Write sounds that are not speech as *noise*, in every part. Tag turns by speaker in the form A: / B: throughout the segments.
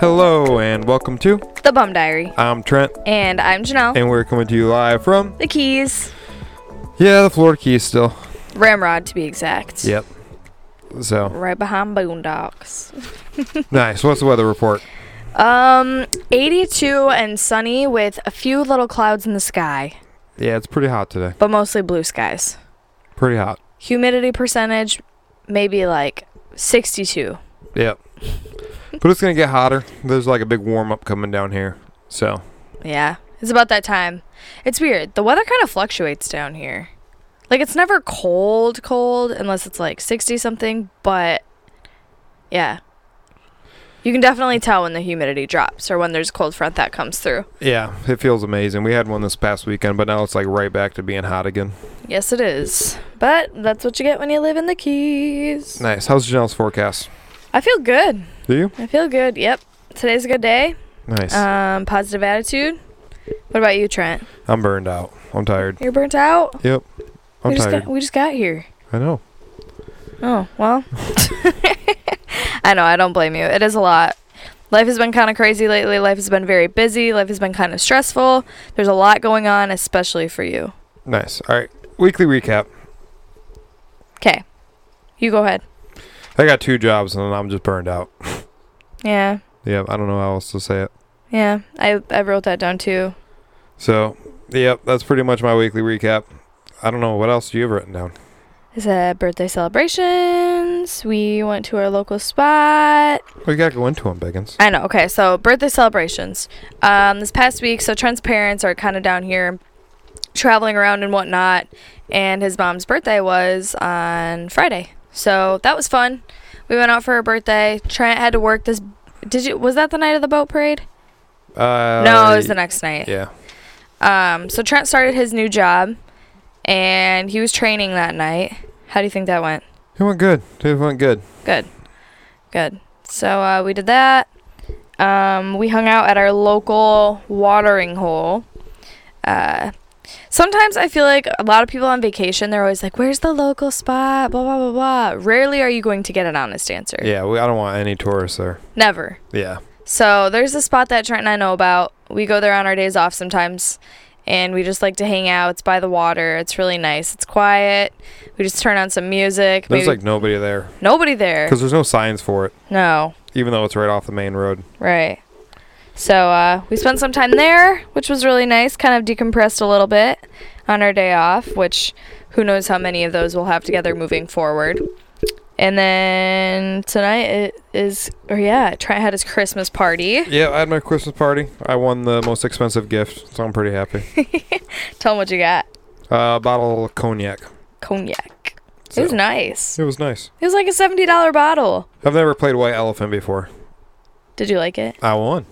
A: Hello and welcome to.
B: The Bum Diary.
A: I'm Trent,
B: And I'm Janelle.
A: and we're coming to you live from.
B: the Keys.
A: Yeah, the Florida Keys still.
B: Ramrod, to be exact.
A: Yep. So
B: Right behind Boondocks.
A: nice. What's the weather report?
B: Um, 82 and sunny with a few little clouds in the sky,
A: Yeah, it's pretty hot today.
B: but mostly blue skies.
A: Pretty hot.
B: Humidity percentage, maybe like 62.
A: Yep. but it's gonna get hotter. There's like a big warm up coming down here. So
B: Yeah, it's about that time. It's weird. The weather kind of fluctuates down here. Like it's never cold, cold unless it's like 60 something, but yeah. You can definitely tell when the humidity drops or when there's a cold front that comes through.
A: yeah, it feels amazing. We had one this past weekend, but now it's like right back to being hot again.
B: Yes, it is. But that's what you get when you live in the Keys.
A: Nice. How's Janelle's forecast?
B: I feel good.
A: Do you?
B: I feel good. Yep. Today's a good day.
A: Nice.
B: Um, positive attitude. What about you, Trent?
A: I'm burned out. I'm tired.
B: You're burnt out?
A: Yep. I'm
B: we just
A: tired.
B: got we just got here.
A: I know.
B: Oh, well. *laughs* I know, I don't blame you. It is a lot. Life has been kind of crazy lately. Life has been very busy. Life has been kind of stressful. There's a lot going on, especially for you.
A: Nice. All right. Weekly recap.
B: Okay. You go ahead.
A: I got two jobs and I'm just burned out.
B: Yeah.
A: Yeah, I don't know how else to say it.
B: Yeah. I, I wrote that down too.
A: So, yep, that's pretty much my weekly recap. I don't know what else do you have written down.
B: I said birthday celebrations. We went to our local spot.
A: We gotta go into them, Biggins.
B: I know. Okay, so birthday celebrations. Um, this past week, so Trent's parents are kind of down here, traveling around and whatnot, and his mom's birthday was on Friday. So that was fun. We went out for her birthday. Trent had to work this. Did you? Was that the night of the boat parade?
A: Uh,
B: no, it was the next night.
A: Yeah,
B: Um, so Trent started his new job, and he was training that night. How do you think that went?
A: it went good. It went good.
B: Good. Good. So uh, we did that. Um, we hung out at our local watering hole. Uh, sometimes I feel like a lot of people on vacation, they're always like, where's the local spot? Blah, blah, blah, blah. Rarely are you going to get an honest answer.
A: Yeah, we, I don't want any tourists there.
B: Never.
A: Yeah,
B: So there's a spot that Trent and I know about. We go there on our days off sometimes, and we just like to hang out. It's by the water. It's really nice. It's quiet. We just turn on some music.
A: there's
B: Maybe-
A: like nobody there
B: nobody there.
A: because there's no signs for it,
B: No.
A: even though it's right off the main road.
B: Right. So uh, we spent some time there, which was really nice. Kind of decompressed a little bit on our day off, which who knows how many of those we'll have together moving forward. And then tonight it is, or yeah, Trent had his Christmas party.
A: Yeah, I had my Christmas party. I won the most expensive gift, so I'm pretty
B: *laughs*
A: happy.
B: Tell him what you got.
A: Uh, a bottle of cognac.
B: Cognac. It was
A: So,
B: nice.
A: It was nice.
B: It was like a seventy dollar bottle.
A: I've never played White Elephant before.
B: Did you like it? *laughs*
A: I won.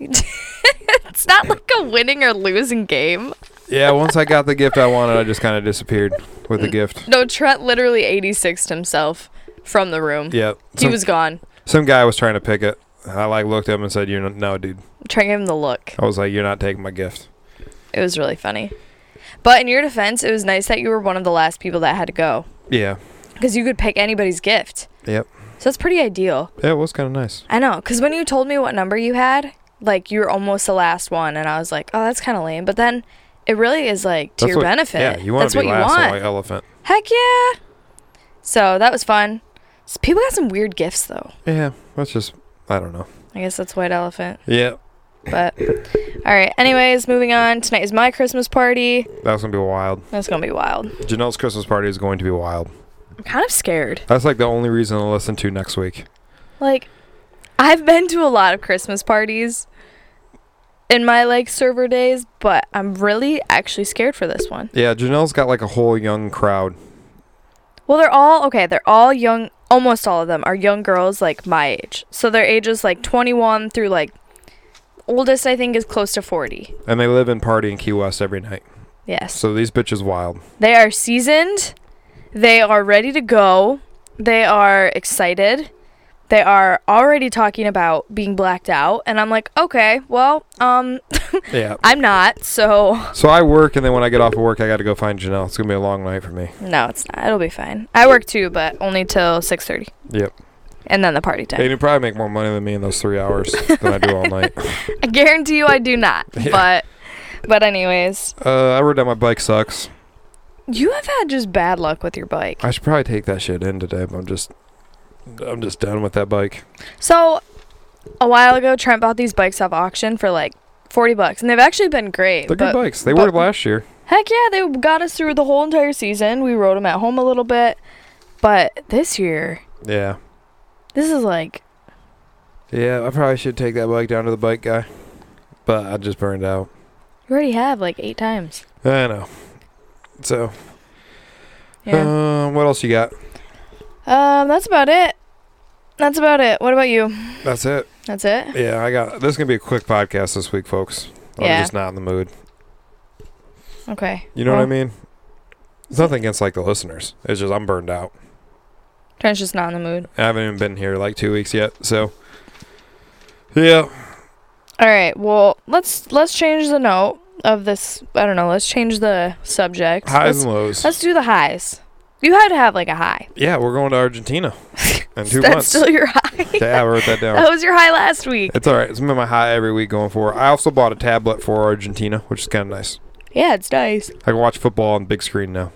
B: It's not like a winning or losing game.
A: Yeah, once I got the gift I wanted, I just kind of disappeared with
B: *laughs*
A: the gift.
B: No, Trent literally eighty sixed himself from the room.
A: Yeah,
B: He
A: some-
B: was gone.
A: Some guy was trying to pick it. I like looked at him and said, "You're not, no, dude."
B: Trent gave him the look.
A: I was like, "You're not taking my gift."
B: It was really funny. But in your defense, it was nice that you were one of the last people that had to go
A: Yeah,
B: because you could pick anybody's gift.
A: Yep.
B: So that's pretty ideal.
A: yeah, it was kind of nice.
B: I know, because when you told me what number you had, like you were almost the last one, and I was like, oh, that's kind of lame. But then it really is like to
A: That's
B: your
A: what-
B: benefit.
A: Yeah, you want
B: that's
A: to be
B: what
A: last
B: you
A: on
B: want.
A: White Elephant.
B: Heck yeah. So that was fun. S- people got some weird gifts though.
A: Yeah, that's just I don't know.
B: I guess that's White Elephant.
A: Yeah,
B: But all right. Anyways, moving on. Tonight is my Christmas party.
A: that's gonna be wild.
B: That's gonna be wild.
A: Janelle's Christmas party is going to be wild.
B: I'm kind of scared.
A: That's like the only reason to listen to next week.
B: Like, I've been to a lot of Christmas parties in my like server days, but I'm really actually scared for this one.
A: Yeah, Janelle's got like a whole young crowd.
B: Well, they're all okay. They're all young. Almost all of them are young girls like my age. So their ages like 21 through like oldest I think is close to 40.
A: And they live and party in Key West every night.
B: Yes.
A: So these bitches wild.
B: They are seasoned. They are ready to go. They are excited. They are already talking about being blacked out and I'm like, "Okay, well, um *laughs*
A: Yeah.
B: I'm not." So
A: So I work, and then when I get off of work, I got to go find Janelle. It's gonna be a long night for me.
B: No, it's not. It'll be fine. I work too, but only till 6:30.
A: Yep.
B: and then the party time.
A: Hey, you probably make more money than me in those three hours than I do all night.
B: I guarantee you, I do not.
A: *laughs* Yeah.
B: But, but anyways,
A: Uh, I rode down my bike sucks.
B: you have had just bad luck with your bike.
A: I should probably take that shit in today, but I'm just, I'm just done with that bike.
B: So, a while ago, Trent bought these bikes off auction for like forty bucks, and they've actually been great.
A: They're
B: but
A: good bikes. They
B: but-
A: were last year.
B: Heck yeah, they got us through the whole entire season. We rode them at home a little bit, but this year,
A: Yeah.
B: this is like
A: Yeah, I probably should take that bike down to the bike guy, but I just burned out.
B: you already have like eight times.
A: I know. So,
B: Yeah.
A: um, what else you got? Uh-huh.
B: um, that's about it. That's about it. What about you?
A: That's it.
B: That's it.
A: Yeah, I got. This is gonna be a quick podcast this week, folks. I'm
B: Yeah.
A: just not in the mood.
B: Okay.
A: You know what I
B: Well,
A: mean? It's nothing against like the listeners. It's just I'm burned out.
B: Trent's just not in the mood.
A: I haven't even been here like two weeks yet. So, yeah,
B: All right. Well, let's let's change the note of this. I don't know. Let's change the subject.
A: highs
B: Let's,
A: and lows.
B: let's do the highs. You had to have like a high.
A: Yeah, we're going to
B: *laughs*
A: Argentina in two
B: That's
A: months.
B: still
A: *laughs*
B: your high.
A: yeah, I wrote that down.
B: *laughs* That was your high last week.
A: It's all right. It's been my high every week going forward. I also bought a tablet for Argentina, which is kind of nice.
B: Yeah, it's nice.
A: I can watch football on big screen now.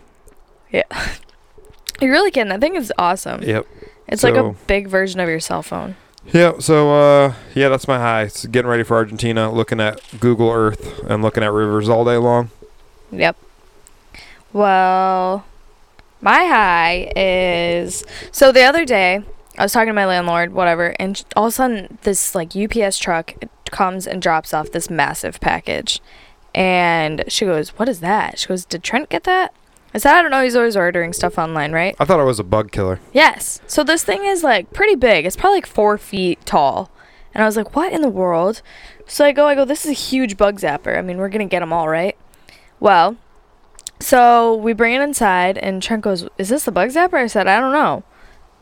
B: You really can. That thing is awesome.
A: Yep.
B: It's like a
A: So-
B: big version of your cell phone.
A: Yeah, so uh, yeah, that's my high. It's getting ready for Argentina, looking at Google Earth and looking at rivers all day long.
B: Yep. Well, my high is so the other day I was talking to my landlord, whatever, and sh- all of a sudden this like UPS truck comes and drops off this massive package, and she goes, "What is that?" She goes, "Did Trent get that?" I said, "I don't know. He's always ordering stuff online, right?"
A: I thought I was a bug killer.
B: Yes. So this thing is like pretty big. It's probably like four feet tall. And I was like, what in the world? So I go, I go, this is a huge bug zapper. I mean, we're going to get them all, right? Well, so we bring it inside, and Trent goes, is this the bug zapper? I said, I don't know.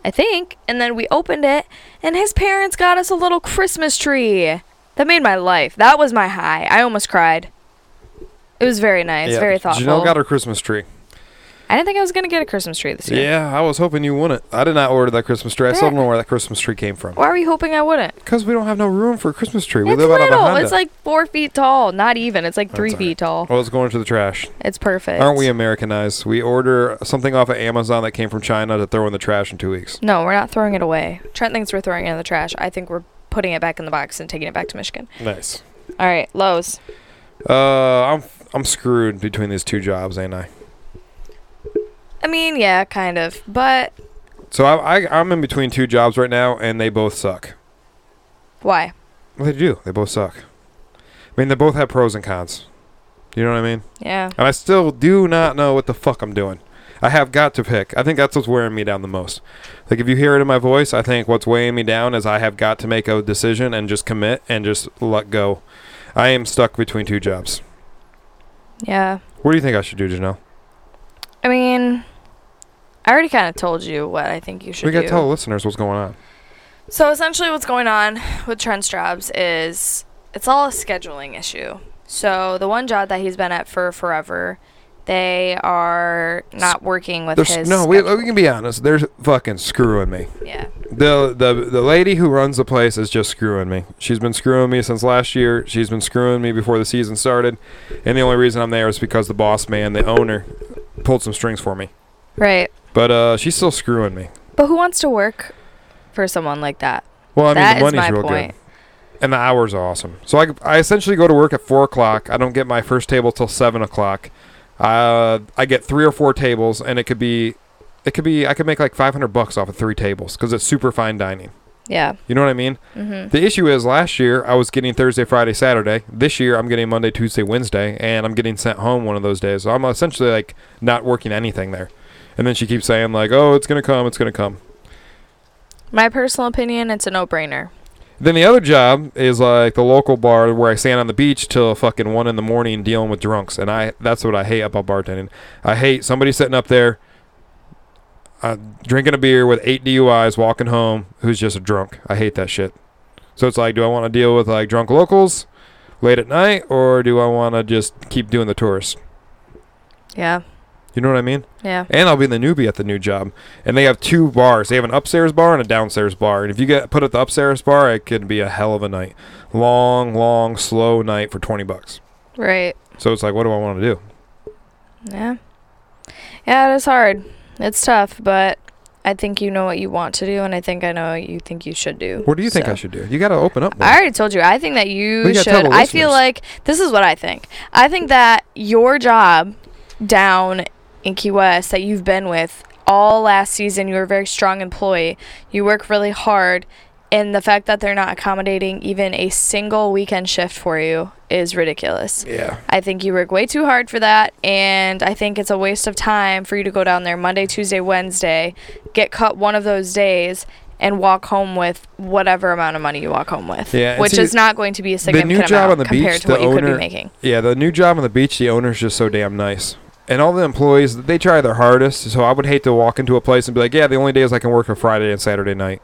B: I think. And then we opened it, and his parents got us a little Christmas tree. That made my life. That was my high. I almost cried. It was very nice,
A: Yeah,
B: very thoughtful.
A: Janelle got her Christmas tree.
B: I didn't think I was going to get a Christmas tree this year.
A: Yeah, I was hoping you wouldn't. I did not order that Christmas tree. I still don't know where that Christmas tree came from.
B: Why are we hoping I wouldn't?
A: Because we don't have no room for a Christmas tree. We
B: it's
A: live out of a
B: little.
A: Honda.
B: It's like four feet tall. Not even. It's like three
A: That's
B: feet tall.
A: well, it's going to the trash.
B: It's perfect.
A: Aren't we Americanized? We order something off of Amazon that came from China to throw in the trash in two weeks.
B: No, we're not throwing it away. Trent thinks we're throwing it in the trash. I think we're putting it back in the box and taking it back to Michigan.
A: Nice.
B: All right, Lowe's.
A: Uh, I'm I'm screwed between these two jobs, ain't I?
B: I mean, yeah, kind of, but
A: So I, I I'm in between two jobs right now, and they both suck.
B: why?
A: Well, they do. They both suck. I mean, they both have pros and cons. You know what I mean?
B: Yeah.
A: And I still do not know what the fuck I'm doing. I have got to pick. I think that's what's wearing me down the most. Like if you hear it in my voice, I think what's weighing me down is I have got to make a decision and just commit and just let go. I am stuck between two jobs.
B: Yeah.
A: What do you think I should do, Janelle?
B: I mean, I already kind of told you what I think you should
A: we got
B: do.
A: to tell the listeners what's going on.
B: So essentially, what's going on with Trent's jobs is it's all a scheduling issue. So the one job that he's been at for forever, they are not working with
A: There's,
B: his.
A: no, we,
B: schedule.
A: we can be honest. They're fucking screwing me.
B: yeah,
A: The, the the lady who runs the place is just screwing me. She's been screwing me since last year. She's been screwing me before the season started, and the only reason I'm there is because the boss man, the owner, pulled some strings for me.
B: right.
A: But uh, she's still screwing me.
B: But who wants to work for someone like that?
A: Well, I
B: That is
A: mean the
B: my
A: money's real
B: point.
A: good, and the hours are awesome. So I, I essentially go to work at four o'clock. I don't get my first table till seven o'clock. Uh, I get three or four tables, and it could be, it could be I could make like five hundred bucks off of three tables because it's super fine dining.
B: Yeah.
A: You know what I mean?
B: Mm-hmm.
A: The issue is last year I was getting Thursday, Friday, Saturday. This year I'm getting Monday, Tuesday, Wednesday, and I'm getting sent home one of those days. So I'm essentially like not working anything there. And then she keeps saying like, "Oh, it's gonna come, it's gonna come."
B: My personal opinion, it's a no-brainer.
A: Then the other job is like the local bar where I stand on the beach till fucking one in the morning dealing with drunks, and I that's what I hate about bartending. I hate somebody sitting up there, uh, drinking a beer with eight DUIs, walking home, who's just a drunk. I hate that shit. So it's like, do I want to deal with like drunk locals late at night, or do I want to just keep doing the tourists?
B: Yeah.
A: You You know what I mean?
B: Yeah.
A: And I'll be the newbie at the new job. And they have two bars. They have an upstairs bar and a downstairs bar. And if you get put at the upstairs bar, it could be a hell of a night. Long, long, slow night for twenty bucks.
B: Right.
A: So it's like, what do I want to do?
B: Yeah. Yeah, it is hard. It's tough, but I think you know what you want to do, and I think I know what you think you should do.
A: What do you think
B: So-
A: I should do? You got to open up. More.
B: I already told you. I think that you
A: We gotta tell
B: should.
A: the
B: I feel
A: listeners.
B: like this is what I think. I think that your job down in Key West that you've been with all last season, you were a very strong employee. You work really hard, and the fact that they're not accommodating even a single weekend shift for you is ridiculous.
A: yeah.
B: I think you work way too hard for that, and I think it's a waste of time for you to go down there Monday, Tuesday, Wednesday, get cut one of those days, and walk home with whatever amount of money you walk home with.
A: Yeah, and
B: which
A: see,
B: is not going to be a significant
A: new job
B: amount
A: on the
B: compared
A: beach,
B: to what
A: the
B: you could
A: owner-
B: be making.
A: Yeah, the new job on the beach, the owner's just so damn nice. And all the employees, they try their hardest. So I would hate to walk into a place and be like, yeah, the only days I can work are Friday and Saturday night.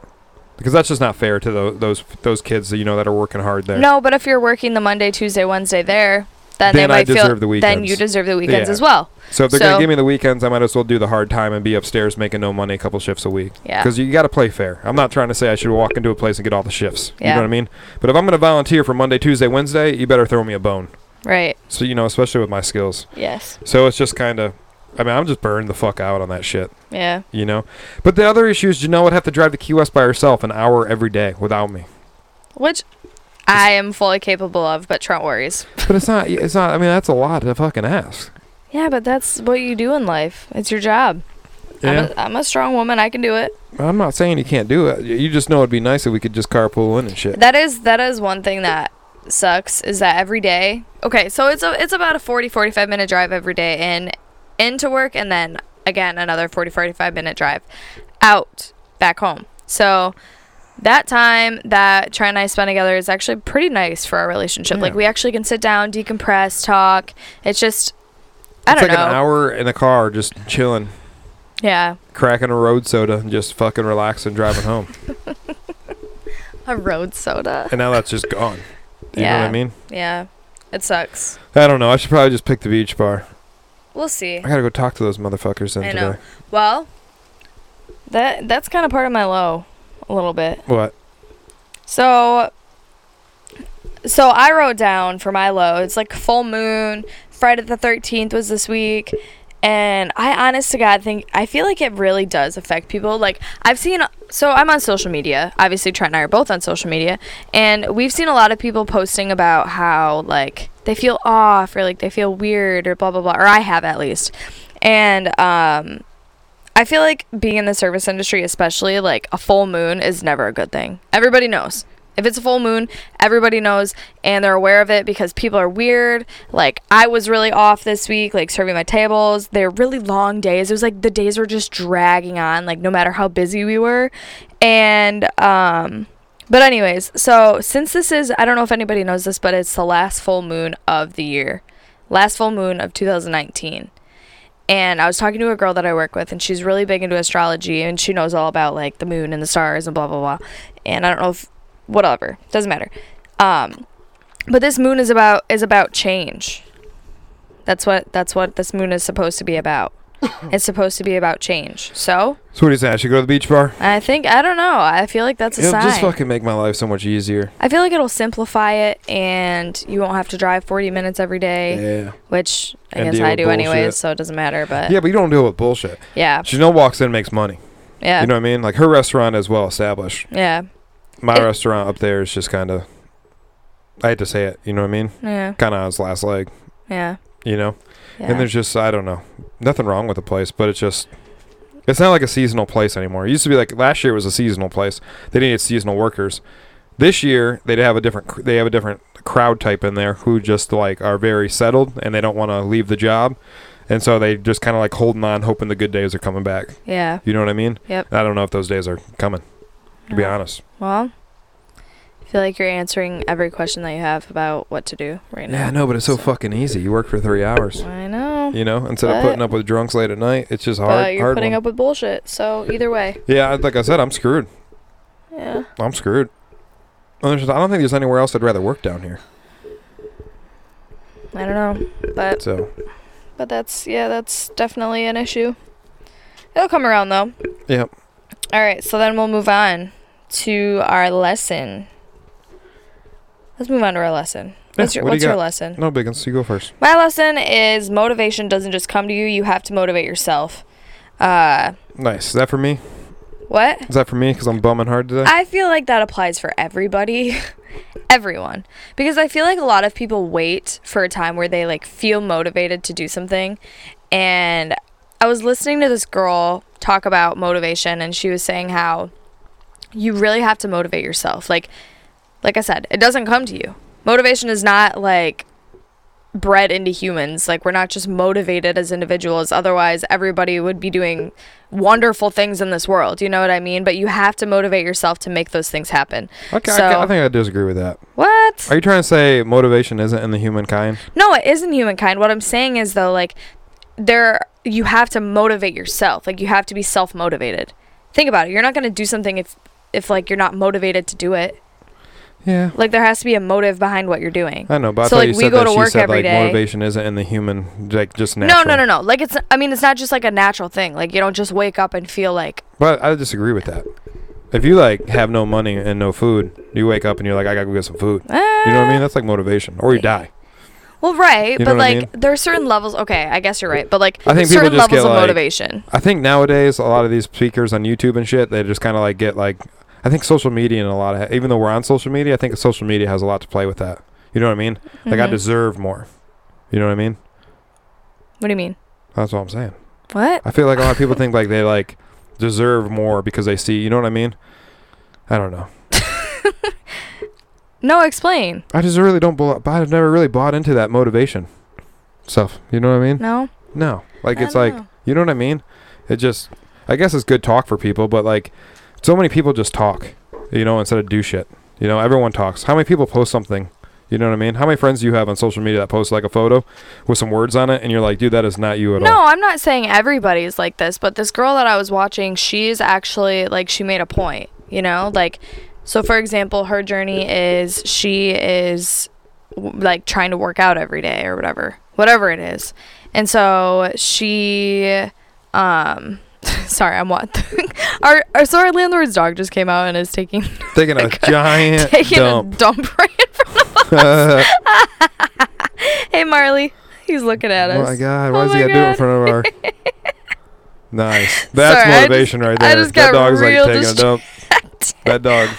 A: Because that's just not fair to tho- those those kids that you know that are working hard there.
B: No, but if you're working the Monday, Tuesday, Wednesday there, then,
A: Then
B: they
A: I
B: might feel
A: deserve the
B: then you
A: weekends.
B: deserve the weekends
A: Yeah.
B: as well.
A: So if they're
B: So-
A: gonna give me the weekends, I might as well do the hard time and be upstairs making no money a couple shifts a week.
B: Yeah.
A: Because you got to play fair. I'm not trying to say I should walk into a place and get all the shifts. You
B: Yeah.
A: know what I mean? But if I'm gonna volunteer for Monday, Tuesday, Wednesday, you better throw me a bone.
B: Right.
A: So you know, especially with my skills.
B: Yes.
A: So it's just kind of, I mean, I'm just burned the fuck out on that shit.
B: Yeah.
A: you know. But the other issue is Janelle would have to drive to Key West by herself an hour every day without me.
B: Which I am fully capable of, but Trent worries.
A: But it's not. It's not. I mean, that's a lot to fucking ask.
B: Yeah, but that's what you do in life. It's your job.
A: Yeah.
B: I'm, a, I'm a strong woman. I can do it.
A: I'm not saying you can't do it. You just know it'd be nice if we could just carpool in and shit.
B: That is that is one thing that sucks is that every day. Okay, so it's a it's about a 40 45 minute drive every day in into work and then again another 40 45 minute drive out back home. So that time that Trent and I spend together is actually pretty nice for our relationship. Like
A: Yeah.
B: we actually can sit down, decompress, talk. It's just I
A: it's
B: don't
A: like
B: know.
A: an hour in a car, just chilling,
B: Yeah.
A: cracking a road soda, and just fucking relaxing, driving home.
B: *laughs* A road soda.
A: And now that's just gone. You know what
B: Yeah.
A: I mean?
B: Yeah. It sucks.
A: I don't know. I should probably just pick the beach bar.
B: We'll see.
A: I gotta go talk to those motherfuckers in
B: I know.
A: today.
B: Well, that that's kind of part of my low, a little bit.
A: What?
B: So, so I wrote down for my low. It's like full moon. Friday the thirteenth was this week, and I honest to God think I feel like it really does affect people. Like I've seen. So I'm on social media. Obviously, Trent and I are both on social media, and we've seen a lot of people posting about how like they feel off or like they feel weird or blah blah blah. Or I have at least, and um. I feel like being in the service industry, especially like a full moon, is never a good thing. Everybody knows. If it's a full moon, everybody knows and they're aware of it because people are weird. Like, I was really off this week, like serving my tables. They're really long days. It was like the days were just dragging on, like, no matter how busy we were. And, um, but, anyways, so since this is, I don't know if anybody knows this, but it's the last full moon of the year, last full moon of 2019 and I was talking to a girl that I work with, and she's really big into astrology, and she knows all about like the moon and the stars and blah blah blah. And I don't know if whatever doesn't matter. Um, but this moon is about is about change. That's what that's what this moon is supposed to
A: *coughs*
B: be about. it's supposed to be about change. So
A: So what do you say? I should go to the beach bar.
B: I think I don't know. I feel like that's a
A: It'll
B: sign.
A: just fucking make my life so much easier.
B: I feel like it'll simplify it, and you won't have to drive 40 minutes every day,
A: Yeah.
B: which I
A: And
B: guess
A: deal
B: I
A: with
B: do anyways,
A: bullshit.
B: so it doesn't matter. But
A: Yeah, but you don't deal with bullshit.
B: yeah,
A: Janelle walks in, and makes money.
B: yeah,
A: You know what I mean? Like her restaurant is well established.
B: yeah,
A: My
B: It-
A: restaurant up there is just kind of, I hate to say it, you know what I mean?
B: yeah,
A: Kind of on its last leg,
B: yeah.
A: you know?
B: Yeah.
A: And there's just, I don't know, nothing wrong with the place, but it's just, it's not like a seasonal place anymore. It used to be like last year it was a seasonal place. They needed seasonal workers. This year they have a different, cr- they have a different crowd type in there who just like are very settled and they don't want to leave the job. And so they just kind of like holding on, hoping the good days are coming back.
B: yeah.
A: You know what I mean?
B: Yep.
A: I don't know if those days are coming, to be
B: No.
A: honest.
B: Well, I feel like you're answering every question that you have about what to do right
A: Yeah,
B: now.
A: no, but it's so fucking easy. You work for three hours.
B: I know.
A: You know, instead
B: But-
A: of putting up with drunks late at night, it's just hard.
B: but you're
A: hard
B: putting
A: one.
B: up with bullshit. So either way,
A: Yeah, I- like I said, I'm screwed.
B: yeah.
A: I'm screwed. And there's- I don't think there's anywhere else I'd rather work down here.
B: I don't know, but
A: So
B: But that's yeah, that's definitely an issue. It'll come around though.
A: Yep.
B: All right, so then we'll move on to our lesson. Let's move on to our lesson. What's your
A: what do you
B: What's your
A: got?
B: lesson?
A: No, Biggins, you go first.
B: My lesson is motivation doesn't just come to you. You have to motivate yourself. Uh,
A: Nice. Is that for me?
B: what?
A: Is that for me? Because I'm bumming hard today.
B: I feel like that applies for everybody, *laughs* everyone, because I feel like a lot of people wait for a time where they like feel motivated to do something. And I was listening to this girl talk about motivation and she was saying how you really have to motivate yourself. Like like I said, it doesn't come to you. Motivation is not like bred into humans. Like we're not just motivated as individuals. Otherwise, everybody would be doing wonderful things in this world. You know what I mean? But you have to motivate yourself to make those things happen.
A: okay, I,
B: Uh, so-
A: ca- I think I disagree with that.
B: What?
A: Are you trying to say motivation isn't in the humankind?
B: No, it isn't humankind. What I'm saying is though, like there you have to motivate yourself. Like you have to be self motivated. Think about it. You're not gonna do something if if like you're not motivated to do it.
A: Yeah.
B: Like there has to be a motive behind what you're doing.
A: I know, but I
B: So,
A: thought
B: like,
A: you
B: we
A: said
B: go
A: that
B: to
A: she
B: work
A: said
B: every
A: like
B: day.
A: motivation isn't in the human, like just
B: No,
A: natural.
B: no, no, no. Like it's I mean it's not just like a natural thing. Like you don't just wake up and feel like
A: But I disagree with that. If you like have no money and no food, you wake up and you're like, I gotta go get some food. You know what I mean? That's like motivation, or you die.
B: "Ah." Well, right,
A: You know
B: but
A: what I
B: like
A: mean?
B: there are certain levels. Okay, I guess you're right, but like
A: I think people
B: certain
A: just
B: levels
A: get,
B: of
A: like-
B: motivation.
A: I think nowadays a lot of these speakers on YouTube and shit, they just kind of like get like, I think social media and a lot of, even though we're on social media, I think social media has a lot to play with that. You know what I mean? Like I
B: Mhm.
A: deserve more. You know what I mean?
B: What do you mean?
A: That's what I'm saying.
B: What?
A: I feel like a lot of people think like they like deserve more because they see. You know what I mean? I don't know. *laughs*
B: No, explain.
A: I just really don't. bel- I've never really bought into that motivation stuff. You know what I mean?
B: No.
A: No. Like
B: I
A: it's
B: don't
A: like
B: know.
A: you know what I mean? It just I guess it's good talk for people, but like so many people just talk, you know, instead of do shit. You know, everyone talks. How many people post something? You know what I mean? How many friends do you have on social media that post like a photo with some words on it and you're like, dude, that is not you at all.
B: No, I'm not saying everybody's like this, but this girl that I was watching, she's actually like she made a point, you know? Like so for example, her journey is she is w- like trying to work out every day or whatever. Whatever it is. And so she um *laughs* sorry, I'm what *laughs* our our so our landlord's dog just came out and
A: *laughs*
B: is *laughs* taking
A: Taking a giant
B: taking
A: dump.
B: a dump right in front of us.
A: oh *laughs*
B: *laughs* Hey Marley, he's looking at us.
A: my god, why
B: Oh
A: does he
B: my
A: gotta do it in
B: God.
A: front of our
B: *laughs*
A: Nice. That's
B: Sorry, I
A: motivation right
B: I
A: there.
B: just
A: that
B: got
A: dog's like
B: real
A: taking a dump. That dog.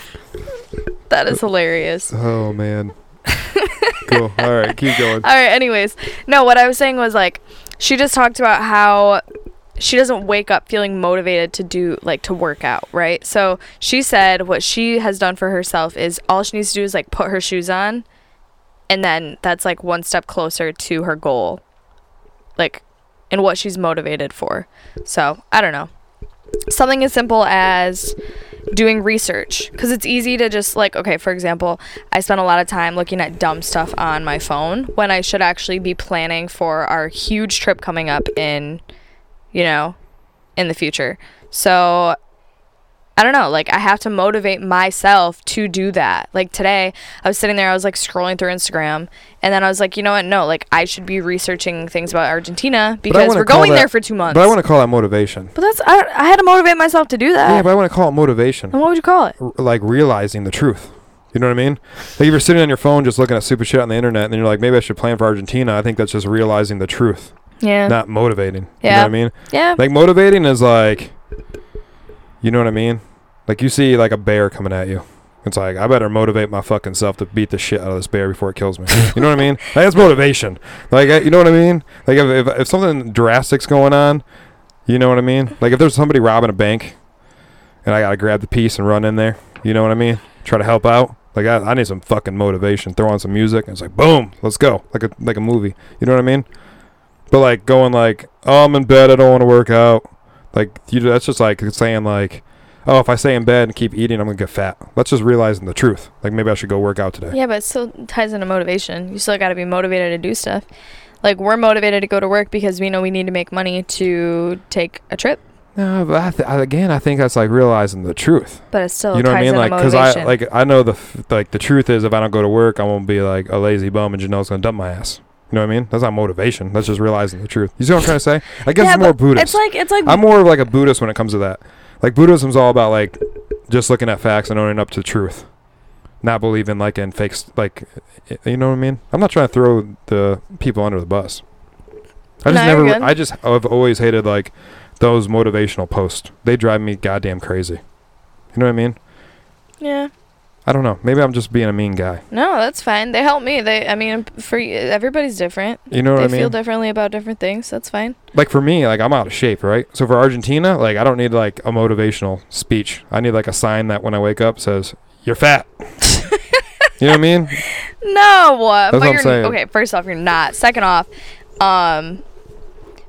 B: That is hilarious.
A: Oh man.
B: *laughs*
A: cool. All right, keep going.
B: All right, anyways. No, what I was saying was like she just talked about how she doesn't wake up feeling motivated to do like to work out, right? So she said what she has done for herself is all she needs to do is like put her shoes on and then that's like one step closer to her goal. Like and what she's motivated for. So, I don't know. Something as simple as doing research because it's easy to just like okay for example i spend a lot of time looking at dumb stuff on my phone when i should actually be planning for our huge trip coming up in you know in the future so i don't know like i have to motivate myself to do that like today i was sitting there i was like scrolling through instagram and then i was like you know what no like i should be researching things about argentina because
A: wanna
B: we're
A: call
B: going
A: that-
B: there for two months
A: But I want to call that motivation.
B: But that's I, I had to motivate myself to do that
A: Yeah, but I want to call it motivation.
B: and what would you call it
A: R- like realizing the truth. You know what I mean? Like if you're sitting on your phone just looking at stupid shit on the internet and then you're like, maybe I should plan for Argentina, I think that's just realizing the truth,
B: yeah
A: not motivating. You know
B: Yeah.
A: what I mean?
B: yeah
A: Like motivating is like, you know what I mean? Like you see like a bear coming at you. It's like I better motivate my fucking self to beat the shit out of this bear before it kills me. You know what I mean? Like, that's motivation. Like uh, you know what I mean? Like if, if if something drastic's going on, you know what I mean? Like if there's somebody robbing a bank, and I gotta grab the piece and run in there. You know what I mean? Try to help out. Like I, I need some fucking motivation. Throw on some music and it's like boom, let's go. Like a like a movie. You know what I mean? But like going like, oh, I'm in bed. I don't want to work out. Like you, that's just like saying like, oh, if I stay in bed and keep eating, I'm gonna get fat. That's just realizing the truth. Like maybe I should go work out today.
B: Yeah, but it still ties into motivation. You still got to be motivated to do stuff. Like we're motivated to go to work because we know we need to make money to take a trip,
A: No, but I th- I, again, I think that's like realizing the truth.
B: but it still
A: you know what I
B: ties
A: mean?
B: into
A: Like, cause
B: motivation.
A: I like I know the f- like the truth is if I don't go to work, I'm gonna be like a lazy bum and Janelle's gonna dump my ass. You know what I mean? That's not motivation. That's just realizing the truth. You see what I'm trying to say? I guess
B: yeah,
A: it's more
B: but
A: Buddhist.
B: It's like it's like
A: I'm more of like a Buddhist when it comes to that. Like Buddhism's all about like just looking at facts and owning up to truth, not believing like in fakes. Like y- you know what I mean? I'm not trying to throw the people under the bus. I just
B: No, you're
A: never.
B: good.
A: I just I've always hated like those motivational posts. They drive me goddamn crazy. You know what I mean?
B: yeah.
A: I don't know. Maybe I'm just being a mean guy.
B: No, that's fine. They help me. They I mean for y- everybody's different.
A: You know what
B: they
A: I mean?
B: feel differently about different things. That's fine.
A: like for me, like I'm out of shape, right? So for Argentina, like I don't need like a motivational speech. I need like a sign that when I wake up says, "You're
B: *laughs*
A: fat." you know what I mean?
B: No, what?
A: That's what I'm
B: you're
A: saying.
B: okay. First off, you're not. Second off, um,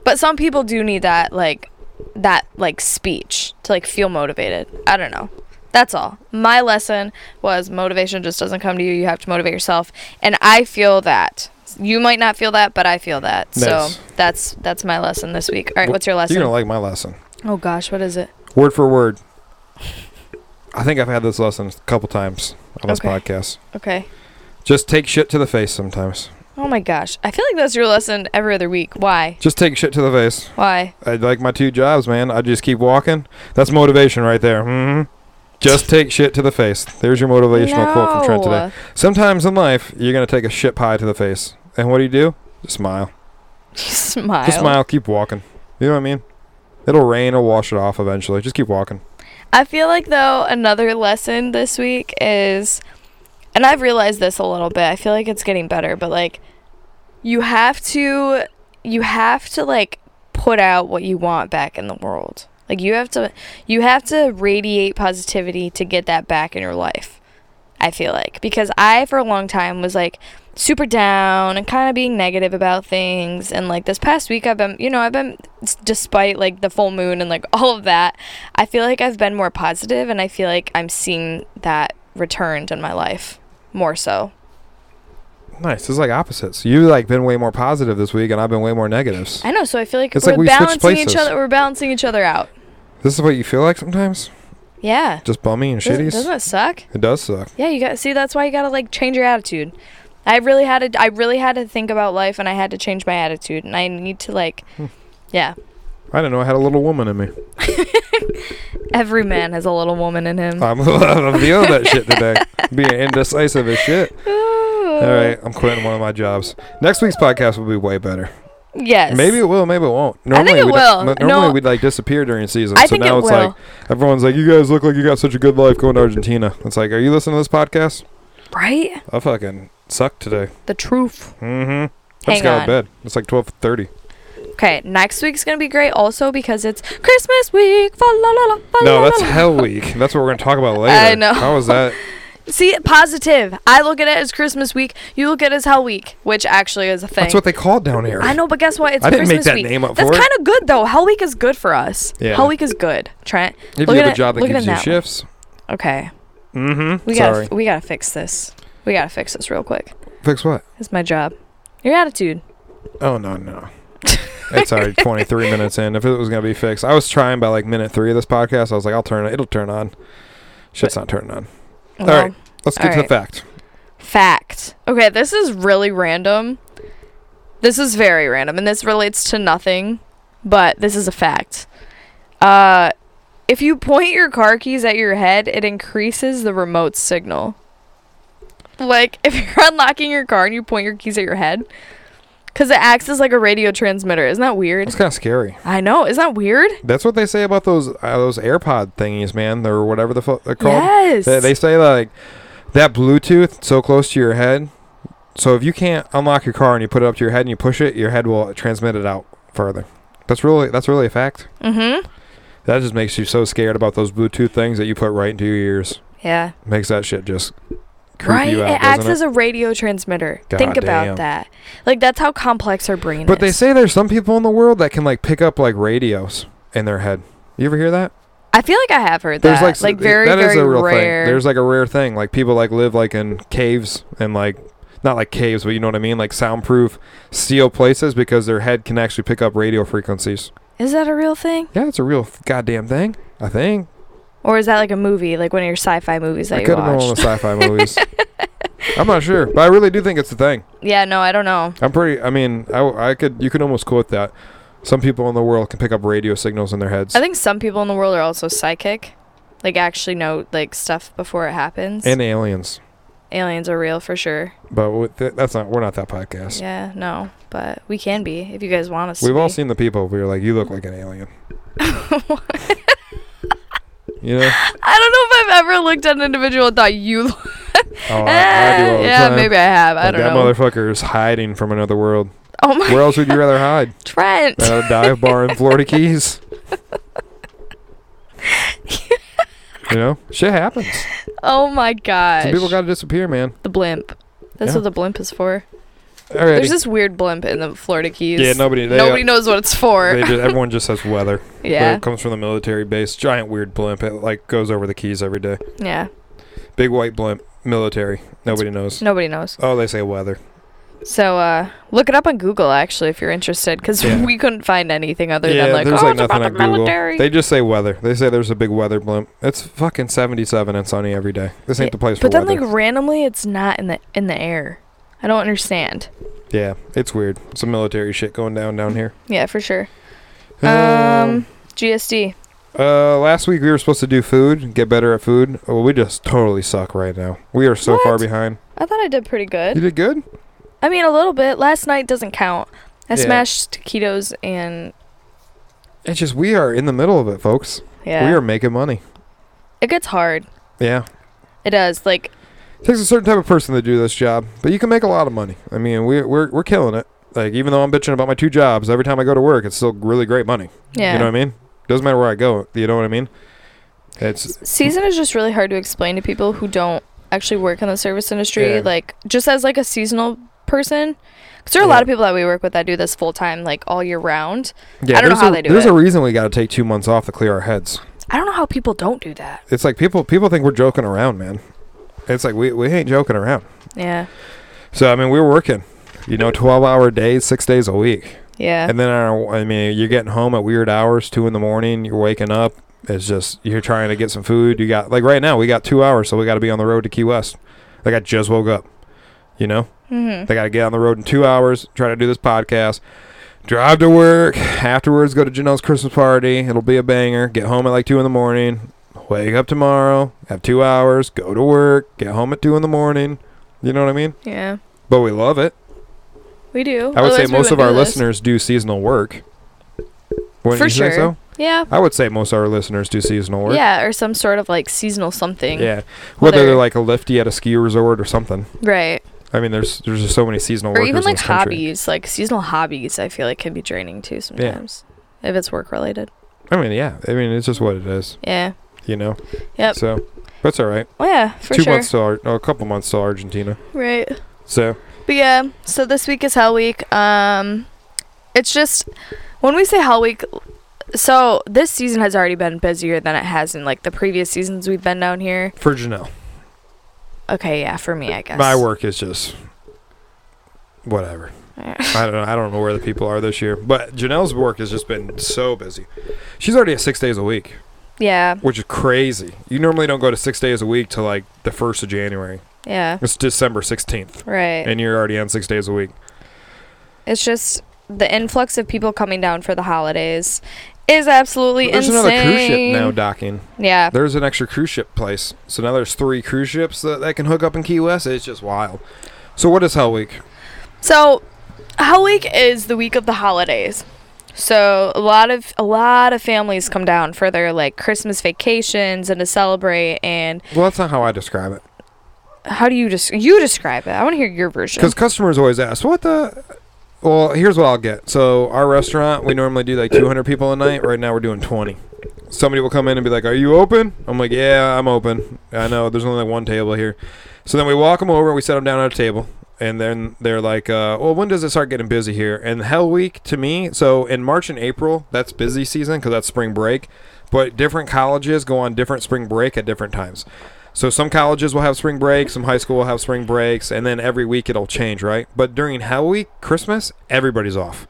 B: but some people do need that like that like speech to like feel motivated. I don't know. That's all. My lesson was motivation just doesn't come to you. You have to motivate yourself, and I feel that. You might not feel that, but I feel that.
A: Nice.
B: So that's that's my lesson this week. All right,
A: Wh-
B: what's your
A: You're
B: lesson?
A: gonna like my lesson,
B: oh gosh, what is it?
A: word for word. I think I've had this lesson a couple times on this
B: Okay.
A: podcast.
B: Okay.
A: Just take shit to the face sometimes.
B: Oh my gosh, I feel like that's your lesson every other week. Why?
A: Just take shit to the face.
B: Why?
A: I like my two jobs, man. I just keep walking. That's motivation right there. hmm Just take shit to the face. There's your motivational quote from Trent today.
B: No. *laughs*
A: Sometimes in life, you're gonna take a shit pie to the face, and what do you do? Just smile.
B: Smile.
A: Just smile. Keep walking. You know what I mean? It'll rain. It'll wash it off eventually. Just keep walking.
B: I feel like though another lesson this week is and I've realized this a little bit. I feel like it's getting better, but like you have to you have to like put out what you want back in the world. Like you have to you have to radiate positivity to get that back in your life. I feel like because I for a long time was like super down and kind of being negative about things and like this past week I've been you know I've been s- despite like the full moon and like *laughs* all of that I feel like I've been more positive and I feel like I'm seeing that returned in my life more so.
A: Nice. It's like opposites. You like been way more positive this week, and I've been way more negatives.
B: I know, so I feel like
A: It's
B: we're
A: like we switched
B: balancing each
A: places.
B: other we're balancing each other out.
A: This is what you feel like sometimes.
B: Yeah.
A: Just bummy and
B: Doesn't,
A: shitties.
B: doesn't it suck?
A: It does suck.
B: Yeah, you got see that's why you got to like change your attitude. I really had to I really had to think about life and I had to change my attitude and I need to like
A: Hmm.
B: yeah.
A: I didn't know I had a little woman in me.
B: Every man has a little woman in him.
A: *laughs* I'm, *laughs* I'm feeling that shit today. Being indecisive as shit.
B: *laughs*
A: All right, I'm quitting one of my jobs. Next week's podcast will be way better.
B: Yes.
A: Maybe it will. Maybe it won't.
B: think it
A: we
B: will.
A: don't- no- Normally
B: No.
A: we'd like disappear during season.
B: I
A: so
B: think
A: now
B: it
A: it's
B: will.
A: like everyone's like, "You guys look like you got such a good life going to Argentina." It's like, are you listening to this podcast?
B: right?
A: I fucking sucked today.
B: The truth.
A: Mm-hmm. I just
B: Hang
A: got out
B: on.
A: of bed. It's like twelve thirty.
B: Okay, next week's gonna be great also because it's Christmas week. Fa la la la, fa
A: No,
B: la
A: that's
B: la la.
A: Hell Week. That's what we're gonna talk about later.
B: *laughs* I know.
A: How was
B: *laughs*
A: that?
B: See, positive. I look at it as Christmas week. You look at it as Hell Week, which actually is a thing.
A: That's what they called down here.
B: I know, but guess what? It's
A: I didn't
B: Christmas
A: make that
B: week.
A: name up
B: That's
A: for it.
B: kind of good though. Hell Week is good for us.
A: Yeah.
B: Hell Week is good. Trent,
A: If
B: look
A: you
B: at
A: have a
B: it-
A: job that
B: look at
A: gives
B: it
A: you
B: now.
A: shifts.
B: okay,
A: Mm-hmm.
B: we
A: Sorry.
B: gotta we gotta fix this. We gotta fix this real quick.
A: Fix what?
B: It's my job. Your attitude.
A: Oh no no. it's already 23 minutes in. If it was gonna be fixed, I was trying by like minute three of this podcast. I was like, I'll turn it. It'll turn on. Shit's not turning on. All right. Let's get
B: all
A: to the
B: right.
A: fact.
B: Fact. Okay, this is really random. This is very random, and this relates to nothing, but this is a fact. Uh, if you point your car keys at your head, it increases the remote signal. Like, *laughs* if you're unlocking your car and you point your keys at your head, because it acts as like a radio transmitter. Isn't that weird?
A: It's kind of scary.
B: I know. Isn't that weird?
A: That's what they say about those uh, those AirPod thingies, man, or whatever the fuck they're called.
B: Yes.
A: They, they say like that Bluetooth so close to your head. So if you can't unlock your car and you put it up to your head and you push it, your head will transmit it out further. That's really that's really a fact.
B: mm-hmm.
A: That just makes you so scared about those Bluetooth things that you put right into your ears.
B: Yeah.
A: Makes that shit just creep
B: Right?
A: you out.
B: it acts
A: doesn't
B: as a radio transmitter.
A: God
B: Think
A: damn.
B: about that. Like, that's how complex our brain
A: But they
B: is.
A: say there's some people in the world that can like pick up like radios in their head. You ever hear that?
B: I feel like I have heard
A: There's
B: that.
A: like
B: Like,
A: s-
B: very,
A: that is
B: very
A: a real
B: rare.
A: thing. There's like a rare thing. Like people like live like in caves and like not like caves, but you know what I mean, like soundproof seal places because their head can actually pick up radio frequencies.
B: is that a real thing?
A: Yeah, it's a real f- goddamn thing. I think.
B: Or is that like a movie, like one of your sci fi movies that
A: I
B: you
A: could have been one of
B: *laughs* watched?
A: the sci-fi movies. I'm not sure, but I really do think it's a thing.
B: Yeah, no, I don't know.
A: I'm pretty. I mean, I, I could. You could almost quote that. Some people in the world can pick up radio signals in their heads,
B: I think some people in the world are also psychic, like actually know like stuff before it happens.
A: and aliens.
B: aliens are real for sure.
A: But with th- that's not. We're not that podcast.
B: Yeah, no, but we can be if you guys want us.
A: We've
B: to
A: all
B: be.
A: seen the people. We were like, you look like an
B: *laughs*
A: alien. You know.
B: I don't know if I've ever looked at an individual and thought you.
A: Oh,
B: look
A: I, I
B: *laughs*
A: do all the
B: Eh, yeah,
A: time.
B: maybe I have. I
A: Like,
B: don't
A: that
B: know.
A: motherfucker is hiding from another world.
B: oh my,
A: Where else would you rather hide?
B: *laughs* Trent.
A: At a dive bar in Florida
B: *laughs*
A: Keys. you know, shit happens.
B: Oh my gosh.
A: Some people got to disappear, man.
B: the blimp. That's
A: Yeah.
B: what the blimp is for.
A: Alrighty.
B: There's this weird blimp in the Florida Keys.
A: yeah, nobody. They,
B: Nobody knows what it's for.
A: They just, everyone just says
B: *laughs*
A: weather.
B: yeah,
A: It comes from the military base. Giant weird blimp. It like goes over the keys every day.
B: yeah.
A: Big white blimp. Military. Nobody knows.
B: Nobody knows.
A: Oh, they say weather.
B: So uh, look it up on Google actually if you're interested, because
A: Yeah.
B: *laughs* we couldn't find anything other
A: yeah,
B: than like,
A: there's
B: oh,
A: like
B: it's about
A: nothing
B: the
A: on Google.
B: military.
A: They just say weather. They say there's a big weather blimp. It's fucking 77 and sunny every day. This ain't
B: Yeah,
A: the place
B: but
A: for
B: then
A: weather.
B: like randomly, it's not in the in the air. I don't understand.
A: yeah, it's weird. Some military shit going down down here.
B: Yeah, for sure.
A: Oh.
B: Um, GSD.
A: Uh, last week we were supposed to do food, get better at food. Well, we just totally suck right now. We are so far
B: What?
A: behind.
B: I thought I did pretty
A: You
B: good.
A: did good.
B: I mean, a little bit. Last night doesn't count. I
A: Yeah.
B: smashed taquitos and
A: It's just we are in the middle of it, folks.
B: yeah.
A: We are making money.
B: It gets hard.
A: Yeah,
B: It does. Like
A: takes a certain type of person to do this job, but you can make a lot of money. I mean, we we're we're killing it. Like even though I'm bitching about my two jobs, every time I go to work, it's still really great money.
B: yeah.
A: You know what I mean? Doesn't matter where I go. You know what I mean? It's
B: season is just really hard to explain to people who don't actually work in the service industry
A: Yeah.
B: like just as like a seasonal person because there are a lot
A: Yeah.
B: of people that we work with that do this full time like all year round
A: yeah.
B: I don't know
A: there's
B: how
A: a,
B: they do
A: There's
B: it.
A: a reason we got to take two months off to clear our heads.
B: i don't know how people don't do that
A: It's like people people think we're joking around, man. It's like we we ain't joking around.
B: yeah
A: So I mean, we were working, you know, twelve-hour days, six days a week,
B: yeah
A: and then our, I mean, you're getting home at weird hours, two in the morning. You're waking up. It's just you're trying to get some food. You got like right now, we got two hours, so we got to be on the road to Key West. Like I just woke up, you know.
B: mm-hmm.
A: They got to get on the road in two hours, try to do this podcast, drive to work, afterwards go to Janelle's Christmas party. It'll be a banger. Get home at like two in the morning, wake up tomorrow, have two hours, go to work, get home at two in the morning. You know what I mean?
B: yeah
A: But we love it.
B: we do
A: I would
B: Otherwise
A: say
B: we
A: most of
B: wouldn't
A: our
B: do this.
A: listeners do seasonal work. Wouldn't
B: For
A: you say so?
B: sure. yeah
A: I would say most of our listeners do seasonal work.
B: yeah or some sort of like seasonal something
A: Yeah. Whether
B: Whether-
A: they're like a lifty at a ski resort or something.
B: right
A: I mean, there's there's just so many seasonal
B: or
A: workers
B: even
A: in
B: like
A: this country.
B: hobbies like seasonal hobbies i feel like can be draining too sometimes if it's work related
A: I mean, yeah. I mean, it's just what it is,
B: yeah
A: you know.
B: Yep.
A: So that's all right.
B: well, yeah for
A: Two
B: sure
A: months to Ar- oh, a couple months to Argentina.
B: right
A: So
B: But yeah, so this week is Hell Week. Um, it's just when we say Hell Week, so this season has already been busier than it has in like the previous seasons we've been down here.
A: for Janelle,
B: Okay, yeah, for me, I guess.
A: my work is just whatever.
B: Yeah.
A: I don't know. I don't know where the people are this year, but Janelle's work has just been so busy. She's already at six days a week.
B: *laughs* Yeah,
A: which is crazy. You normally don't go to six days a week till like the first of January.
B: yeah,
A: It's December sixteenth,
B: right.
A: and you're already on six days a week.
B: It's just the influx of people coming down for the holidays is absolutely
A: There's
B: insane.
A: another cruise ship now docking.
B: Yeah,
A: There's an extra cruise ship place, so now there's three cruise ships that, that can hook up in Key West. It's just wild. So what is Hell Week?
B: So, Hell Week is the week of the holidays. So a lot of a lot of families come down for their like Christmas vacations and to celebrate. And
A: Well, that's not how I describe it,
B: how do you just you describe it? I want to hear your version.
A: because customers always ask, "What the?" Well, here's what I'll get. So our restaurant, we normally do like 200 people a night. Right now, we're doing 20. Somebody will come in and be like, "Are you open?" I'm like, "Yeah, I'm open. I know there's only like one table here." So then we walk them over, we set them down at a table, and then they're like, uh, "Well, when does it start getting busy here?" And Hell Week to me, so in March and April, that's busy season because that's spring break. But different colleges go on different spring break at different times. So some colleges will have spring breaks, some high school will have spring breaks, and then every week it'll change, right? But during Hell Week, Christmas, everybody's off.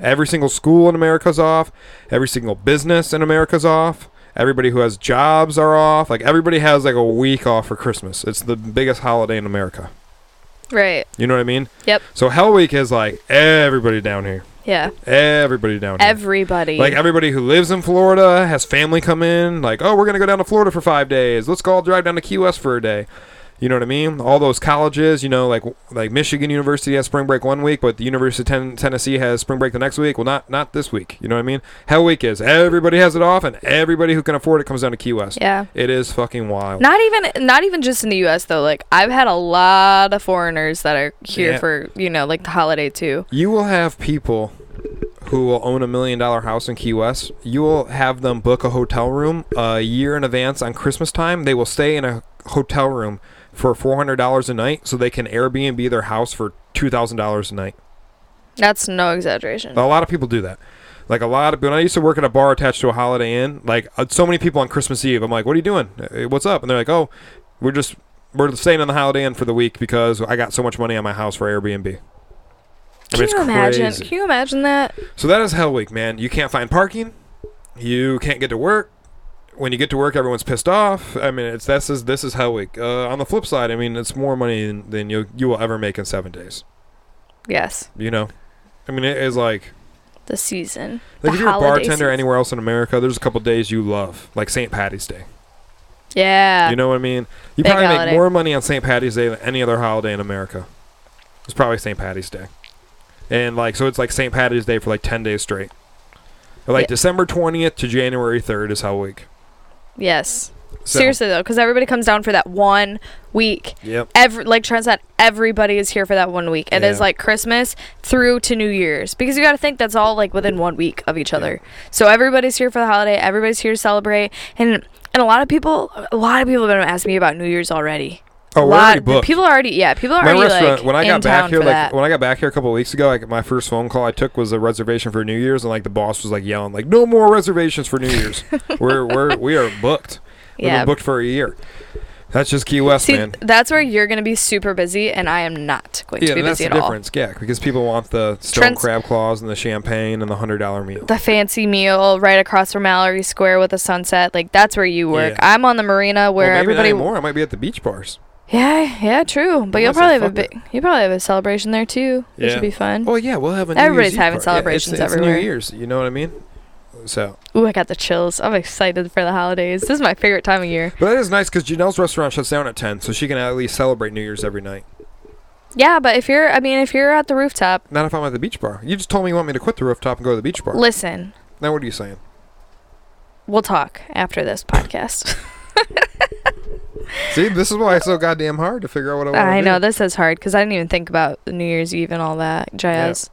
A: Every single school in America's off. Every single business in America's off. Everybody who has jobs are off. Like everybody has like a week off for Christmas. It's the biggest holiday in America.
B: Right.
A: You know what I mean?
B: Yep.
A: So Hell Week is like everybody down here.
B: Yeah.
A: Everybody down here.
B: Everybody.
A: Like everybody who lives in Florida has family come in. Like, oh, we're gonna go down to Florida for five days. Let's go all drive down to Key West for a day. You know what I mean? All those colleges. You know, like like Michigan University has spring break one week, but the University of Ten- Tennessee has spring break the next week. Well, not not this week. You know what I mean? Hell Week is everybody has it off, and everybody who can afford it comes down to Key West.
B: yeah.
A: It is fucking wild.
B: Not even not even just in the US though. Like I've had a lot of foreigners that are here
A: Yeah.
B: for, you know, like the holiday too.
A: You will have people who will own a million dollar house in Key West. You will have them book a hotel room a year in advance on Christmas time. They will stay in a hotel room for $400 a night so they can Airbnb their house for $2,000 a night.
B: That's no exaggeration.
A: A lot of people do that. Like a lot of when I used to work at a bar attached to a Holiday Inn, like uh, so many people on Christmas Eve, I'm like, "What are you doing? Uh, What's up?" And they're like, "Oh, we're just we're staying on the Holiday Inn for the week because I got so much money on my house for Airbnb." I mean,
B: Can
A: it's
B: you imagine?
A: crazy.
B: Can you imagine that?
A: So that is Hell Week, man. You can't find parking. You can't get to work. When you get to work, everyone's pissed off. I mean, it's this is this is Hell Week. Uh, on the flip side, I mean, it's more money than, than you you will ever make in seven days.
B: Yes.
A: You know, I mean, it is like
B: The season.
A: like
B: The
A: if you're a
B: holiday
A: bartender
B: season.
A: anywhere else in America, there's a couple days you love, like St. Patty's Day.
B: Yeah.
A: You know what I mean? You
B: Big
A: probably
B: holiday.
A: make more money on St. Patty's Day than any other holiday in America. It's probably St. Patty's Day. And like so it's like St. Patty's Day for like 10 days straight. But, Like
B: Yeah.
A: December 20th to January 3rd is Hell Week.
B: yes.
A: So-
B: Seriously though, because everybody comes down for that one week.
A: Yep.
B: Every like Trent said, everybody is here for that one week. It is
A: Yeah.
B: like Christmas through to New Year's because you got to think that's all like within one week of each other. So everybody's here for the holiday. Everybody's here to celebrate, and and a lot of people, a lot of people have been asking me about New Year's already.
A: Oh,
B: a
A: we're already
B: lot
A: booked.
B: people are already yeah, people are
A: my
B: already
A: restaurant
B: like
A: when I
B: in
A: got back
B: town
A: here
B: for
A: like
B: that.
A: when I got back here a couple of weeks ago, like my first phone call I took was a reservation for New Year's and like the boss was like yelling like no more reservations for New
B: *laughs*
A: Year's. we're we're we are booked. We've
B: Yeah.
A: been booked for a year. That's just Key West,
B: See,
A: man.
B: that's where you're going to be super busy, and I am not going to be
A: that's
B: busy
A: the
B: at all.
A: difference. Yeah, because people want the stone
B: Trent's-
A: crab claws and the champagne and the hundred dollar meal.
B: the fancy meal right across from Mallory Square with a sunset. Like that's where you work.
A: Yeah.
B: I'm on the marina where
A: well, maybe
B: everybody.
A: more. I might be at the beach bars.
B: Yeah, yeah, true. But you'll
A: Unless I
B: probably have a
A: fuck
B: big. You probably have a celebration there too. It
A: Yeah.
B: should be fun.
A: Oh yeah, we'll have a. New
B: Mm-hmm. Everybody's
A: Year's Eve
B: having
A: party. Yeah, it's-
B: celebrations
A: it's,
B: everywhere.
A: New Year's, you know what I mean? So,
B: Ooh, I got the chills. I'm excited for the holidays. This is my favorite time of year.
A: but that is nice because Janelle's restaurant shuts down at ten, so she can at least celebrate New Year's every night.
B: Yeah, but if you're, I mean, if you're at the rooftop,
A: Not if I'm at the beach bar. You just told me you want me to quit the rooftop and go to the beach bar.
B: listen.
A: now what are you saying?
B: We'll talk after this podcast.
A: *laughs* See, this is why it's so goddamn hard to figure out what I want to
B: I
A: do.
B: know this is hard because I didn't even think about New Year's Eve and all that jazz.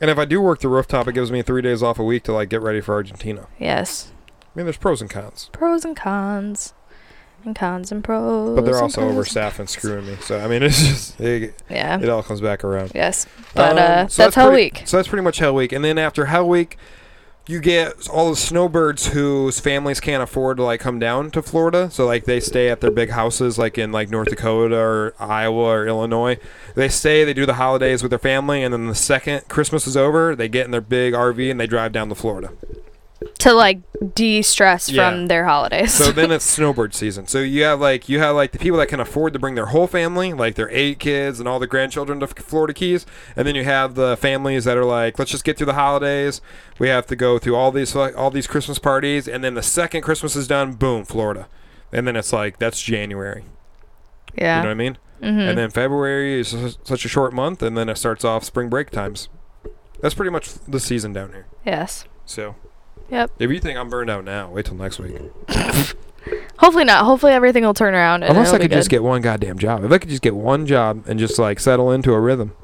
A: And if I do work the rooftop, it gives me three days off a week to like get ready for Argentina.
B: Yes,
A: I mean, there's pros and cons.
B: pros and cons, and cons and pros.
A: But they're
B: and
A: also
B: cons.
A: overstaffed and screwing me. So I mean, it's just it,
B: Yeah.
A: it all comes back around.
B: Yes, but
A: Um,
B: uh,
A: so
B: that's Hell
A: pretty-
B: Week.
A: So that's pretty much Hell Week, and then after Hell Week, you get all the snowbirds whose families can't afford to like come down to Florida, so like they stay at their big houses, like in like North Dakota or Iowa or Illinois. They stay, they do the holidays with their family, and then the second Christmas is over, they get in their big RV and they drive down to Florida.
B: to like de-stress
A: Yeah.
B: from their holidays. *laughs*
A: So then it's snowbird season. So you have like you have like the people that can afford to bring their whole family, like their eight kids and all the grandchildren to F- Florida Keys, and then you have the families that are like, let's just get through the holidays. We have to go through all these like, all these Christmas parties, and then the second Christmas is done, boom, Florida, and then it's like that's January. You
B: yeah,
A: know what I mean?
B: Mhm.
A: And then February is s- such a short month, and then it starts off spring break times. That's pretty much the season down here.
B: yes.
A: So.
B: Yep.
A: If you think I'm burned out now, wait till next week.
B: Hopefully not. Hopefully everything will turn around. And
A: Unless
B: it'll
A: I
B: be
A: could just
B: good.
A: get one goddamn job. If I could just get one job and just like settle into a rhythm.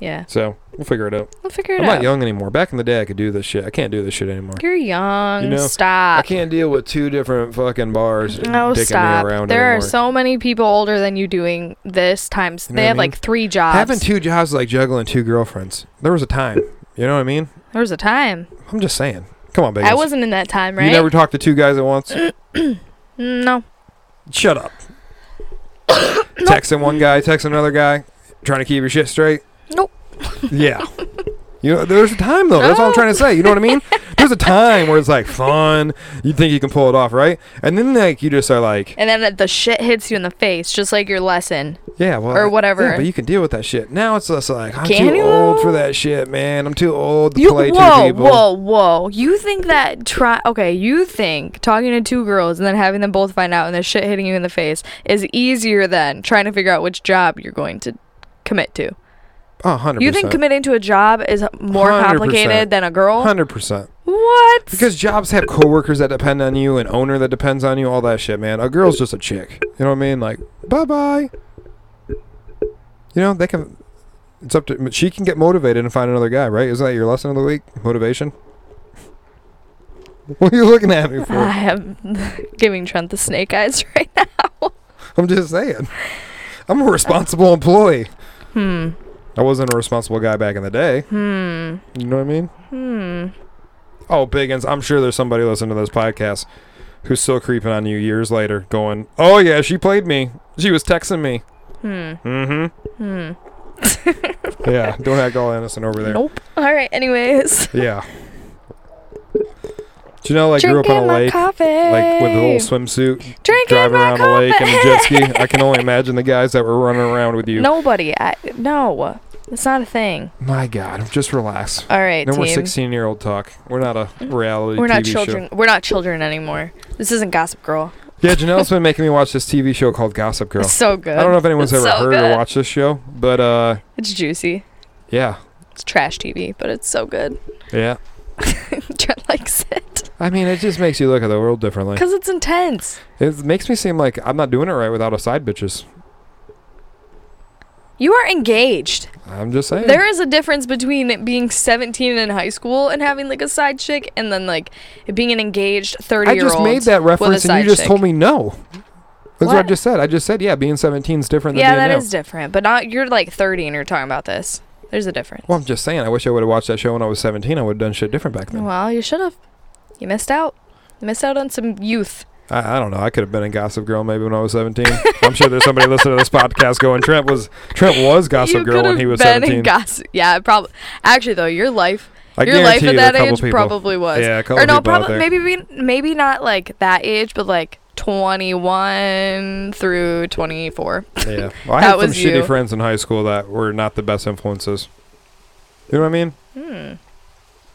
B: Yeah,
A: So we'll figure it out.
B: we'll figure it
A: I'm
B: out.
A: not young anymore. Back in the day, I could do this shit. I can't do this shit anymore.
B: You're young.
A: You know, I
B: stop.
A: can't deal with two different fucking bars
B: No,
A: dicking
B: stop.
A: me
B: There
A: around
B: are
A: anymore.
B: so many people older than you doing this times.
A: You know what
B: they
A: I
B: have
A: mean?
B: like three jobs.
A: Having two jobs is like juggling two girlfriends. There was a time. You know what I mean?
B: there was a time.
A: I'm just saying. Come on, baby.
B: I wasn't in that time, right?
A: You never talked to two guys at once?
B: no.
A: Shut
B: *coughs*
A: up. texting one guy, texting another guy, trying to keep your shit straight.
B: Nope.
A: Yeah. You know, there's a time though. That's all I'm
B: No.
A: trying to say. You know what I
B: *laughs*
A: mean? there's a time where it's like fun. You think you can pull it off, right? And then like you just are like,
B: And then the shit hits you in the face, just like your lesson.
A: yeah, well,
B: Or whatever.
A: Yeah, but you can deal with that shit. Now it's just like I'm
B: Can
A: too
B: you?
A: old for that shit, man. I'm too old to
B: You,
A: play two
B: whoa,
A: people.
B: whoa, whoa. You think that try okay, you think talking to two girls and then having them both find out and the shit hitting you in the face is easier than trying to figure out which job you're going to commit to.
A: Oh, 100%.
B: You think committing to a job is more
A: 100%.
B: complicated than a girl?
A: 100%.
B: What?
A: Because jobs have coworkers that depend on you, an owner that depends on you, all that shit, man. A girl's just a chick. You know what I mean? Like, bye bye. You know, they can. It's up to. She can get motivated and find another guy, right? Isn't that your lesson of the week? Motivation? *laughs* What are you looking at me
B: *laughs*
A: for?
B: I am giving Trent the snake eyes *laughs* right now.
A: I'm just saying. I'm a responsible employee.
B: Hmm.
A: I wasn't a responsible guy back in the day.
B: Hmm.
A: You know what I mean?
B: Hmm.
A: Oh, Biggins, I'm sure there's somebody listening to this podcast who's still creeping on you years later, going, "Oh yeah, she played me. She was texting me."
B: Hmm.
A: Mm-hmm.
B: Hmm. *laughs*
A: Yeah, don't act all innocent over there.
B: Nope. All right. Anyways.
A: Yeah. Janelle, I grew up on a
B: my
A: lake,
B: coffee.
A: like with a little swimsuit,
B: Drinking
A: driving
B: my
A: around a
B: coffee.
A: lake and a jet ski.
B: *laughs*
A: I can only imagine the guys that were running around with you.
B: Nobody. I, no. It's not a thing.
A: My God, just relax.
B: All right,
A: No more
B: team.
A: 16-year-old talk. We're not a reality.
B: We're not
A: TV show.
B: children. We're not children anymore. This isn't Gossip Girl.
A: Yeah, Janelle's been making me watch this TV show called Gossip Girl.
B: It's so good.
A: I don't know if anyone's
B: It's
A: ever
B: so
A: heard
B: good.
A: or watched this show, but uh,
B: It's juicy.
A: yeah,
B: It's trash TV, but it's so good. *laughs*
A: yeah.
B: Trent likes it
A: I mean, it just makes you look at the world differently.
B: because it's intense.
A: It makes me seem like I'm not doing it right without a side bitches.
B: You are engaged.
A: I'm just saying.
B: There is a difference between being 17 in high school and having like a side chick, and then like being an engaged 30
A: I
B: year
A: just
B: old.
A: made that reference, and
B: side
A: you just
B: chick.
A: told me no. That's what? I
B: What?
A: just said. I just said, yeah, being 17 is different
B: Yeah,
A: than being
B: that
A: now.
B: is different. But not you're like 30 and you're talking about this. There's a difference.
A: Well, I'm just saying. I wish I would have watched that show when I was 17. I would have done shit different back then.
B: Well, you should have. You missed out. You missed out on some youth.
A: I, I don't know. I could have been a Gossip Girl maybe when I was 17. I'm sure there's somebody listening to this podcast going, Trent was Trent was Gossip
B: you
A: Girl
B: could
A: when
B: have
A: he was
B: been
A: 17.
B: in gossip. Yeah, probably. Actually, though, your life,
A: I
B: your life
A: guarantee
B: at
A: you
B: that
A: there are a couple people.
B: age probably was.
A: Yeah, a couple
B: or
A: people
B: no,
A: out there.
B: probably maybe we- maybe not like that age, but like 21 through 24. *laughs*
A: Yeah. Well, I
B: That
A: had some
B: was
A: shitty
B: you.
A: friends in high school that were not the best influences. You know what I mean?
B: Hmm.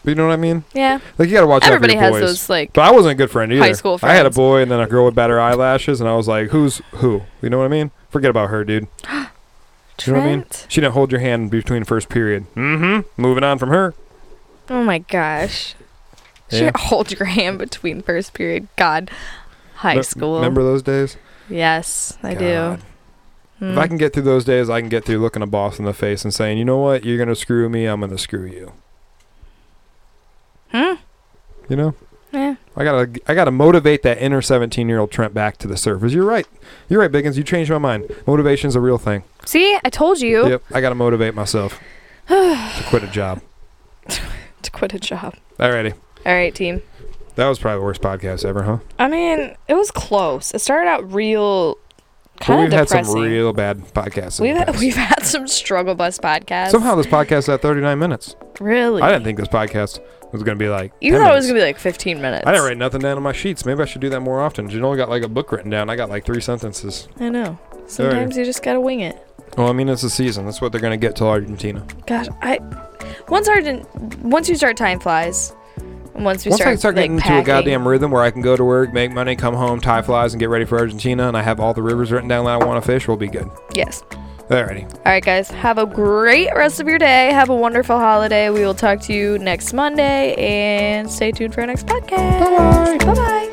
A: But you know what I mean?
B: Yeah,
A: Like you gotta watch out for
B: everybody
A: your
B: has
A: boys.
B: those like.
A: But I wasn't a good friend either.
B: high school
A: I had a
B: friends.
A: boy and then a girl with better eyelashes, and I was like, "Who's who?" You know what I mean? Forget about her, dude. you know what I mean?
B: Trent.
A: She didn't hold your hand between first period. Mm-hmm. Moving on from her.
B: Oh my gosh. She
A: Yeah.
B: hold your hand between first period. God, high
A: Me-
B: school.
A: Remember those days?
B: Yes, I
A: God.
B: do. Hmm.
A: If I can get through those days, I can get through looking a boss in the face and saying, "You know what? You're gonna screw me. I'm gonna screw you."
B: Hmm?
A: You know.
B: Yeah.
A: I gotta, I gotta motivate that inner 17-year-old Trent back to the surface. You're right, you're right, Biggins. You changed my mind. Motivation's a real thing.
B: See, I told you
A: Yep, I gotta motivate myself to quit a job.
B: *sighs* to quit a job.
A: Alrighty,
B: All right, team.
A: that was probably the worst podcast ever, huh?
B: I mean, it was close. It started out real
A: but
B: kind of
A: we've had
B: depressing.
A: some real bad podcasts. in
B: we've,
A: the
B: had,
A: past.
B: we've had some struggle bus podcasts.
A: Somehow this podcast is at 39 minutes.
B: really,
A: I didn't think this podcast was gonna be like.
B: You
A: 10
B: thought it
A: minutes.
B: was gonna be like 15 minutes.
A: I didn't write nothing down on my sheets. Maybe I should do that more often. Janelle got like a book written down. I got like three sentences.
B: I know. Sometimes you just gotta wing it.
A: Well, I mean, it's the season. That's what they're gonna get till Argentina.
B: Gosh, I once Argent, once you start, time flies. And once we
A: Once
B: start,
A: I start
B: like,
A: getting
B: packing,
A: into a goddamn rhythm where I can go to work, make money, come home, tie flies, and get ready for Argentina, and I have all the rivers written down that I want to fish, we'll be good.
B: yes.
A: Alrighty.
B: All right, guys. Have a great rest of your day. Have a wonderful holiday. We will talk to you next Monday, and stay tuned for our next podcast.
A: Bye-bye.
B: Bye bye.